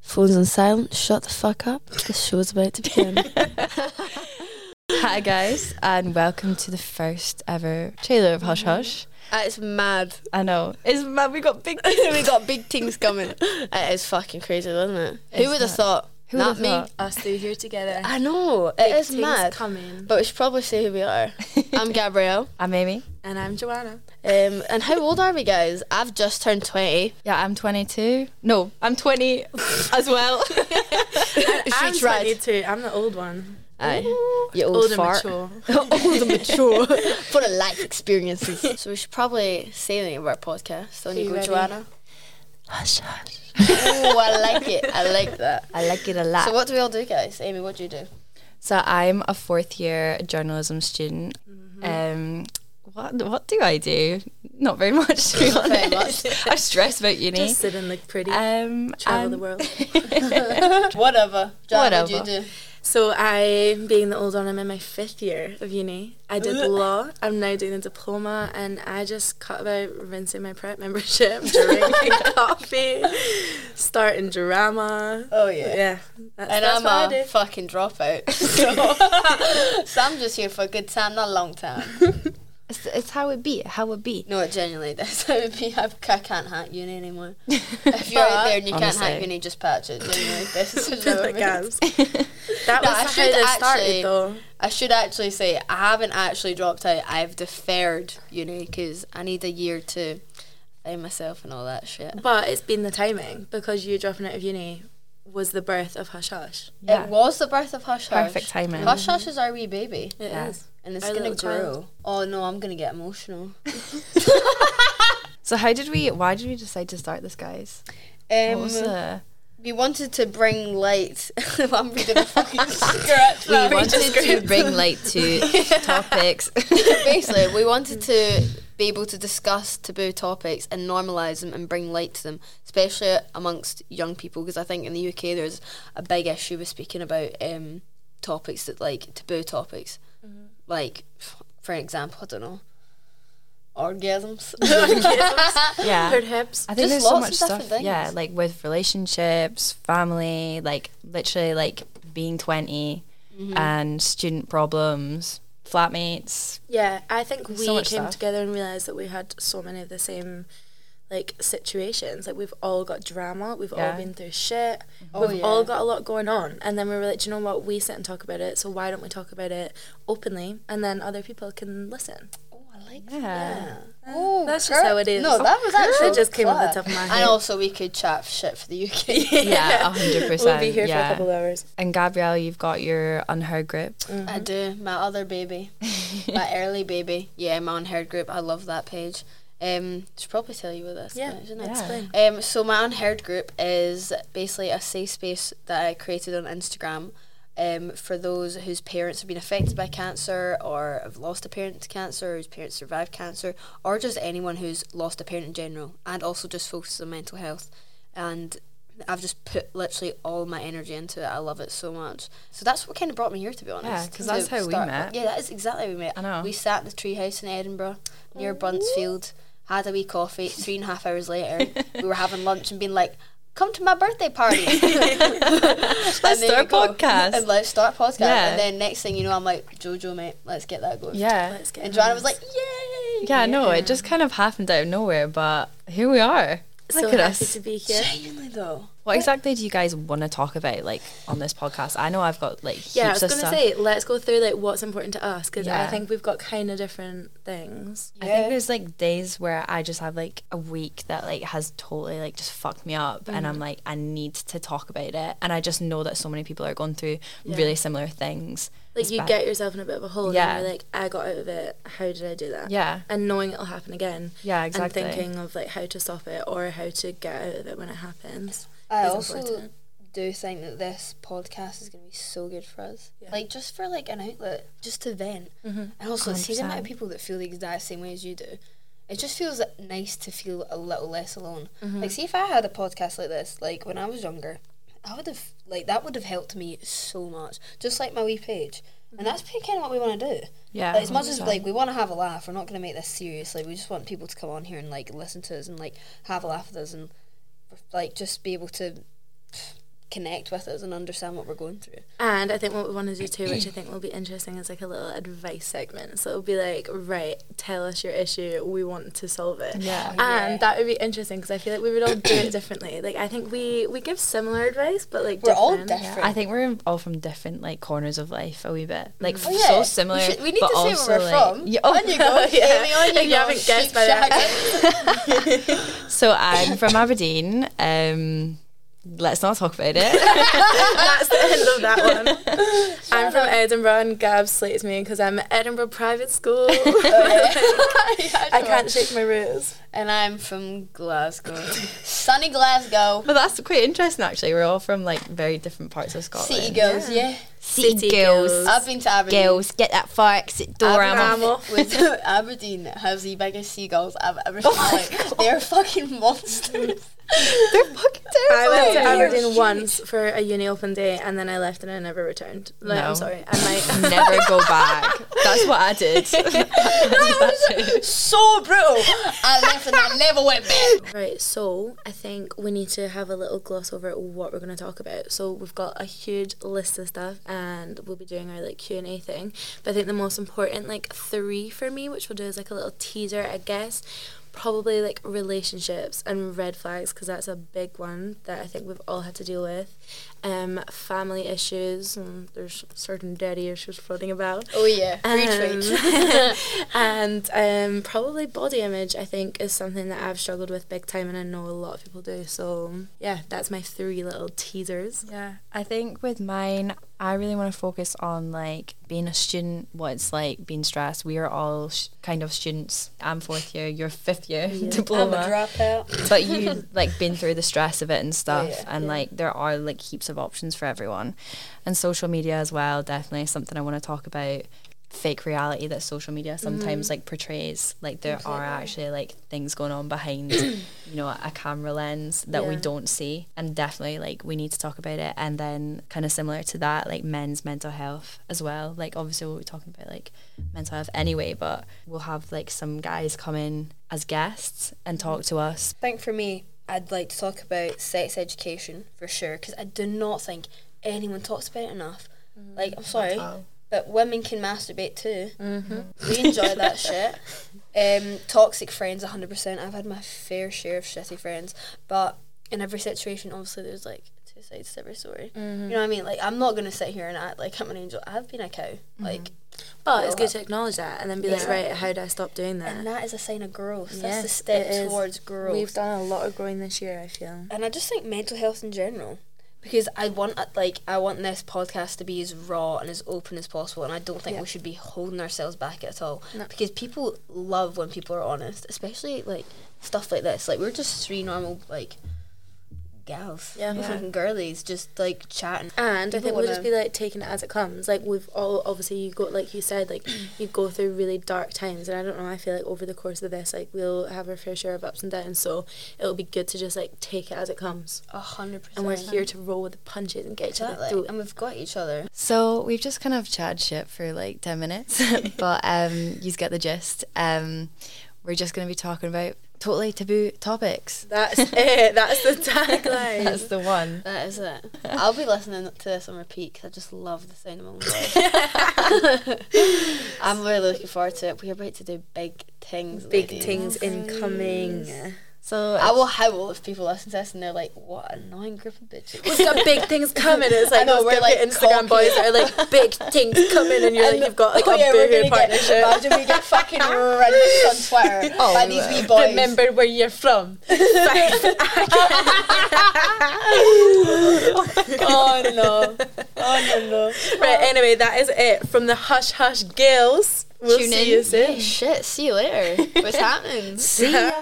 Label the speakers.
Speaker 1: Phones on silent. Shut the fuck up. The show's about to begin.
Speaker 2: Hi guys, and welcome to the first ever trailer of Hush Hush.
Speaker 1: it's mad.
Speaker 2: I know it's mad. We got big.
Speaker 1: we got big things coming. It is fucking crazy, isn't it? Who
Speaker 2: It's
Speaker 1: would have
Speaker 2: mad.
Speaker 1: thought?
Speaker 2: Who
Speaker 1: Not
Speaker 2: would've
Speaker 1: me.
Speaker 2: thought?
Speaker 3: us two here together.
Speaker 1: I know. It
Speaker 3: Big
Speaker 1: is
Speaker 3: things
Speaker 1: mad.
Speaker 3: coming.
Speaker 1: But we should probably say who we are. I'm Gabrielle.
Speaker 2: I'm Amy.
Speaker 3: And I'm Joanna.
Speaker 1: Um, and how old are we, guys? I've just turned 20.
Speaker 2: Yeah, I'm 22. No, I'm 20 as well.
Speaker 3: I'm
Speaker 1: She tried.
Speaker 3: 22. I'm the old one.
Speaker 1: Aye. You old,
Speaker 3: Old and
Speaker 1: fart.
Speaker 3: mature.
Speaker 1: old and mature. Full of life experiences. so we should probably say the name of our podcast. On
Speaker 3: Are
Speaker 1: you
Speaker 3: you
Speaker 1: go,
Speaker 3: ready?
Speaker 1: Joanna.
Speaker 2: Hush Hush.
Speaker 1: Oh, I like it. I like that.
Speaker 2: I like it a lot.
Speaker 1: So
Speaker 2: So,
Speaker 1: what do we all do, guys? Amy, what do you do?
Speaker 2: I'm a fourth year journalism student. Um, what what do I do? Not very much. To be
Speaker 1: Not very
Speaker 2: honest. I stress about uni.
Speaker 3: Just sit and look pretty.
Speaker 2: um,
Speaker 3: Travel the
Speaker 2: and-
Speaker 3: world.
Speaker 1: Whatever. Joanna, what do you
Speaker 2: Whatever.
Speaker 1: do?
Speaker 3: So I, being the old one, I'm in my fifth year of uni. I did law. I'm now doing a diploma, and I just cut about rinsing my prep membership, drinking coffee, starting drama.
Speaker 1: Oh,
Speaker 3: Yeah, that's,
Speaker 1: And
Speaker 3: that's what I
Speaker 1: I'm a
Speaker 3: do.
Speaker 1: fucking dropout. So, so I'm just here for a good time, not a long time.
Speaker 2: It's, it's how it be. How it be.
Speaker 1: No, genuinely, that's how it be. I, I can't hack uni anymore. If you're out there and you can't hack
Speaker 2: Honestly.
Speaker 1: uni, just patch it. Genuinely, best decision
Speaker 3: That
Speaker 1: ever made.
Speaker 3: was how
Speaker 1: No, I
Speaker 3: it
Speaker 1: should
Speaker 3: started,
Speaker 1: actually-
Speaker 3: though.
Speaker 1: I should actually say I haven't actually dropped out. I've deferred uni because I need a year to find myself and all that shit.
Speaker 3: But it's been the timing because you dropping out of uni was the birth of Hush Hush.
Speaker 2: Yeah.
Speaker 1: It was the birth of Hush Hush.
Speaker 2: Perfect timing.
Speaker 1: Hush Hush is our wee baby.
Speaker 3: It is.
Speaker 2: Yeah.
Speaker 1: And it's
Speaker 3: Our
Speaker 1: gonna
Speaker 3: little
Speaker 1: grow.
Speaker 3: child.
Speaker 1: Oh no, I'm gonna get emotional.
Speaker 2: So how did we? Why did we decide to start this, guys? What
Speaker 1: Um,
Speaker 2: was the?
Speaker 1: We wanted to bring light. I'm reading a fucking script.
Speaker 2: We
Speaker 1: now.
Speaker 2: wanted to bring light to topics.
Speaker 1: Basically, we wanted to be able to discuss taboo topics and normalize them and bring light to them, especially amongst young people. Because I think in the UK there's a big issue with speaking about um, topics that like taboo topics, like f- for example, I don't know, orgasms. Oh,
Speaker 2: yeah.
Speaker 3: Heard hips.
Speaker 2: I
Speaker 1: Just
Speaker 2: think there's so
Speaker 1: lots
Speaker 2: much
Speaker 1: of
Speaker 2: stuff.
Speaker 1: different things.
Speaker 2: Yeah, like with relationships, family, like literally like being 20 and student problems, flatmates.
Speaker 3: Yeah, I think we
Speaker 2: So
Speaker 3: came
Speaker 2: much stuff.
Speaker 3: together and realized that we had so many of the same like situations. Like we've all got drama. We've
Speaker 2: Yeah.
Speaker 3: all been through shit.
Speaker 1: Oh,
Speaker 3: we've
Speaker 1: yeah.
Speaker 3: all got a lot going on. And then we were like, "Do you know what? We sit and talk about it. So why don't we talk about it openly? And then other people can listen.
Speaker 1: Oh, I like
Speaker 2: Yeah.
Speaker 1: Oh,
Speaker 3: That's just how it is.
Speaker 1: No, that was actually
Speaker 3: It just came off the
Speaker 1: clever.
Speaker 3: top of my
Speaker 1: And
Speaker 3: head.
Speaker 1: also, we could chat shit for the UK.
Speaker 2: Yeah, a 100%.
Speaker 3: We'll be here for
Speaker 2: yeah.
Speaker 3: a couple hours.
Speaker 2: And Gabrielle, you've got your unheard group.
Speaker 1: I do. My other baby, my early baby. Yeah, my unheard group. I love that page. Um, should probably tell you what that's
Speaker 3: Yeah,
Speaker 1: about, shouldn't I?
Speaker 2: Yeah.
Speaker 3: explain.
Speaker 1: Um, so my unheard group is basically a safe space that I created on Instagram um, for those whose parents have been affected by cancer or have lost a parent to cancer, whose parents survived cancer, or just anyone who's lost a parent in general, and also just focuses on mental health. And I've just put literally all my energy into it. I love it so much. So that's what kind of brought me here, to be honest.
Speaker 2: 'cause
Speaker 1: to
Speaker 2: that's how we
Speaker 1: start-
Speaker 2: met.
Speaker 1: Yeah, that is exactly how we met.
Speaker 2: I know.
Speaker 1: We sat in the treehouse in Edinburgh near Buntsfield, had a wee coffee. Three and a half hours later, we were having lunch and being like, "Come to my birthday party."
Speaker 2: Let's
Speaker 1: And there
Speaker 2: start a
Speaker 1: you go.
Speaker 2: podcast.
Speaker 1: And let's start a podcast.
Speaker 2: Yeah.
Speaker 1: And then next thing you know, I'm like, Jojo, mate, let's get that going.
Speaker 2: Yeah.
Speaker 3: Let's get
Speaker 1: And
Speaker 3: on
Speaker 1: Joanna
Speaker 3: this.
Speaker 1: was like, yay!
Speaker 2: Yeah, no, it just kind of happened out of nowhere, but here we are.
Speaker 3: so
Speaker 2: Look at
Speaker 3: happy
Speaker 2: us.
Speaker 3: to be here.
Speaker 1: Genuinely though.
Speaker 2: What exactly do you guys want to talk about, like on this podcast? I know I've got like heaps
Speaker 3: Yeah, I was
Speaker 2: of
Speaker 3: gonna
Speaker 2: stuff.
Speaker 3: say let's go through like what's important to us because I
Speaker 2: Yeah.
Speaker 3: think we've got kind of different things.
Speaker 2: I think there's like days where I just have like a week that like has totally like just fucked me up, and
Speaker 1: Mm.
Speaker 2: I'm like I need to talk about it, and I just know that so many people are going through really similar things.
Speaker 3: Like
Speaker 2: It's
Speaker 3: you
Speaker 2: bad.
Speaker 3: get yourself in a bit of a hole,
Speaker 2: Yeah.
Speaker 3: and you're like, I got out of it. How did I do that?
Speaker 2: yeah,
Speaker 3: And knowing it'll happen again.
Speaker 2: yeah, exactly.
Speaker 3: And thinking of like how to stop it or how to get out of it when it happens.
Speaker 1: I
Speaker 3: is
Speaker 1: also
Speaker 3: important.
Speaker 1: do think that this podcast is going to be so good for us.
Speaker 3: Yeah.
Speaker 1: Like just for like an outlet, just to vent, and also see the amount of
Speaker 2: 100%.
Speaker 1: people that feel the exact same way as you do. It just feels nice to feel a little less alone. Like, see if I had a podcast like this, like when I was younger, I would have like that would have helped me so much. Just like my wee page, and that's kind of what we want to do.
Speaker 2: yeah,
Speaker 1: Like, as much as
Speaker 2: 100%.
Speaker 1: like we want to have a laugh, we're not going to make this seriously. we just want people to come on here and like listen to us and like have a laugh with us and like just be able to connect with us and understand what we're going through.
Speaker 3: And I think what we want to do too, which I think will be interesting, is like a little advice segment. So it'll be like, right, tell us your issue. We want to solve it.
Speaker 2: Yeah.
Speaker 3: And
Speaker 1: Yeah.
Speaker 3: that would be interesting because I feel like we would all do it differently. Like I think we we give similar advice, but like
Speaker 1: We're all
Speaker 3: different.
Speaker 1: different.
Speaker 2: I think we're in- all from different like corners of life a wee bit, like
Speaker 1: Oh,
Speaker 2: f-
Speaker 1: yeah.
Speaker 2: so similar.
Speaker 1: We, should- we need
Speaker 2: but
Speaker 1: to say
Speaker 2: also,
Speaker 1: where we're
Speaker 2: like-
Speaker 1: from.
Speaker 2: Yeah, oh.
Speaker 1: On you go,
Speaker 3: yeah.
Speaker 1: Amy, on you
Speaker 3: If you
Speaker 1: go.
Speaker 3: haven't guessed
Speaker 1: Sheep
Speaker 3: by the
Speaker 1: shag.
Speaker 2: So I'm from Aberdeen. Um, let's not talk about it.
Speaker 3: That's the end of that one. I'm from Edinburgh, and Gab slates me because I'm at Edinburgh Private School. I can't shake my roots.
Speaker 1: And I'm from Glasgow, sunny Glasgow.
Speaker 2: but that's quite interesting, actually. We're all from like very different parts of Scotland.
Speaker 1: City girls, yeah.
Speaker 2: City,
Speaker 3: City
Speaker 2: girls.
Speaker 3: girls.
Speaker 1: I've been to Aberdeen.
Speaker 2: Girls, get that far exit door.
Speaker 3: Aberdeen.
Speaker 2: I'm off.
Speaker 3: off.
Speaker 1: Was Aberdeen has the biggest seagulls I've ever seen. like, they're fucking monsters.
Speaker 2: They're fucking
Speaker 3: I
Speaker 2: terrifying.
Speaker 3: went to
Speaker 1: yeah.
Speaker 3: Aberdeen once for a uni open day, and then I left and I never returned. Like,
Speaker 2: No.
Speaker 3: I'm sorry. I might.
Speaker 2: Never go back. That's what I did. I did that too.
Speaker 1: so brutal. I left and I never went back.
Speaker 3: Right, so I think we need to have a little gloss over what we're going to talk about. So we've got a huge list of stuff, and we'll be doing our like Q and A thing. But I think the most important, like three for me, which we'll do is like a little teaser, I guess. Probably like relationships and red flags, because that's a big one that I think we've all had to deal with. Um, family issues, and there's certain daddy issues floating about.
Speaker 1: Oh yeah,
Speaker 3: Um,
Speaker 1: retweet.
Speaker 3: and um, probably body image, I think, is something that I've struggled with big time, and I know a lot of people do. So, yeah, that's my three little teasers.
Speaker 2: Yeah, I think with mine, I really want to focus on like being a student, what it's like being stressed. We are all sh- kind of students. I'm fourth year, you're fifth year diploma,
Speaker 1: dropout.
Speaker 2: but you like been through the stress of it and stuff,
Speaker 1: yeah.
Speaker 2: and like there are like heaps of options for everyone, and social media as well. Definitely something I want to talk about. Fake reality that social media
Speaker 1: Mm.
Speaker 2: sometimes like portrays. Like there are actually like things going on behind, you know, a camera lens that we
Speaker 3: Yeah.
Speaker 2: don't don't see and definitely like we need to talk about it and then kind of similar to that like men's mental health as well like obviously we'll be talking about like mental health anyway but we'll have like some guys come in as guests and talk to us
Speaker 1: I think for me, I'd like to talk about sex education for sure because I do not think anyone talks about it enough. Like, I'm sorry, but women can masturbate too. We enjoy that shit. Um, toxic friends, 100%. I've had my fair share of shitty friends, but in every situation, obviously, there's like two sides to every story. You know what I mean? Like, I'm not going to sit here and act like I'm an angel. I've been a cow. Like,
Speaker 3: But it's good to acknowledge that and then be like, right, how do I stop
Speaker 1: and
Speaker 3: doing that?
Speaker 1: that is a sign of growth. That's
Speaker 3: Yes,
Speaker 1: the step
Speaker 3: it is.
Speaker 1: towards growth.
Speaker 3: We've done a lot of growing this year, I feel.
Speaker 1: and I just think mental health in general because I want uh, like I want this podcast to be as raw and as open as possible and I don't think we should be holding ourselves back at all because people love when people are honest especially like stuff like this like we're just three normal like gals
Speaker 3: Yeah.
Speaker 1: fucking girlies just like chatting
Speaker 3: And I
Speaker 1: People
Speaker 3: think we'll just
Speaker 1: wanna-
Speaker 3: be like taking it as it comes. Like we've all obviously you go like you said, like you go through really dark times and I don't know, I feel like over the course of this, like we'll have our fair share of ups and downs, so it'll be good to just like take it as it comes.
Speaker 1: a hundred percent
Speaker 3: And we're here to roll with the punches and get each other through
Speaker 1: exactly and we've got each other
Speaker 2: so we've just kind of chatted shit for like 10 minutes but um you get the gist um we're just going to be talking about totally taboo topics
Speaker 3: That's it. That's the tagline.
Speaker 2: that's the one
Speaker 1: that is it I'll be listening to this on repeat because I just love the sound of my own voice I'm really looking forward to it we're about to do big things
Speaker 3: Big
Speaker 1: ladies.
Speaker 3: things incoming.
Speaker 2: so
Speaker 1: I will howl if people listen to this and they're like, "What an annoying group of bitches!"
Speaker 3: We've got big things coming. It's
Speaker 1: I
Speaker 3: like
Speaker 1: know,
Speaker 3: those
Speaker 1: we're,
Speaker 3: we're
Speaker 1: like,
Speaker 3: Instagram boys that are like big things coming, and you're like you've got like
Speaker 1: Oh,
Speaker 3: a
Speaker 1: yeah, we're
Speaker 3: boohoo
Speaker 1: gonna get-
Speaker 3: partnership.
Speaker 1: imagine we get fucking rinsed on Twitter
Speaker 2: Oh,
Speaker 1: by these wee boys.
Speaker 3: Remember where you're from.
Speaker 1: Oh no! Oh no! no.
Speaker 3: Right. Anyway, that is it from the hush hush girls. We'll
Speaker 2: Tune
Speaker 3: see
Speaker 2: in.
Speaker 3: you soon.
Speaker 1: Shit! See you later. What's happening?
Speaker 2: see ya.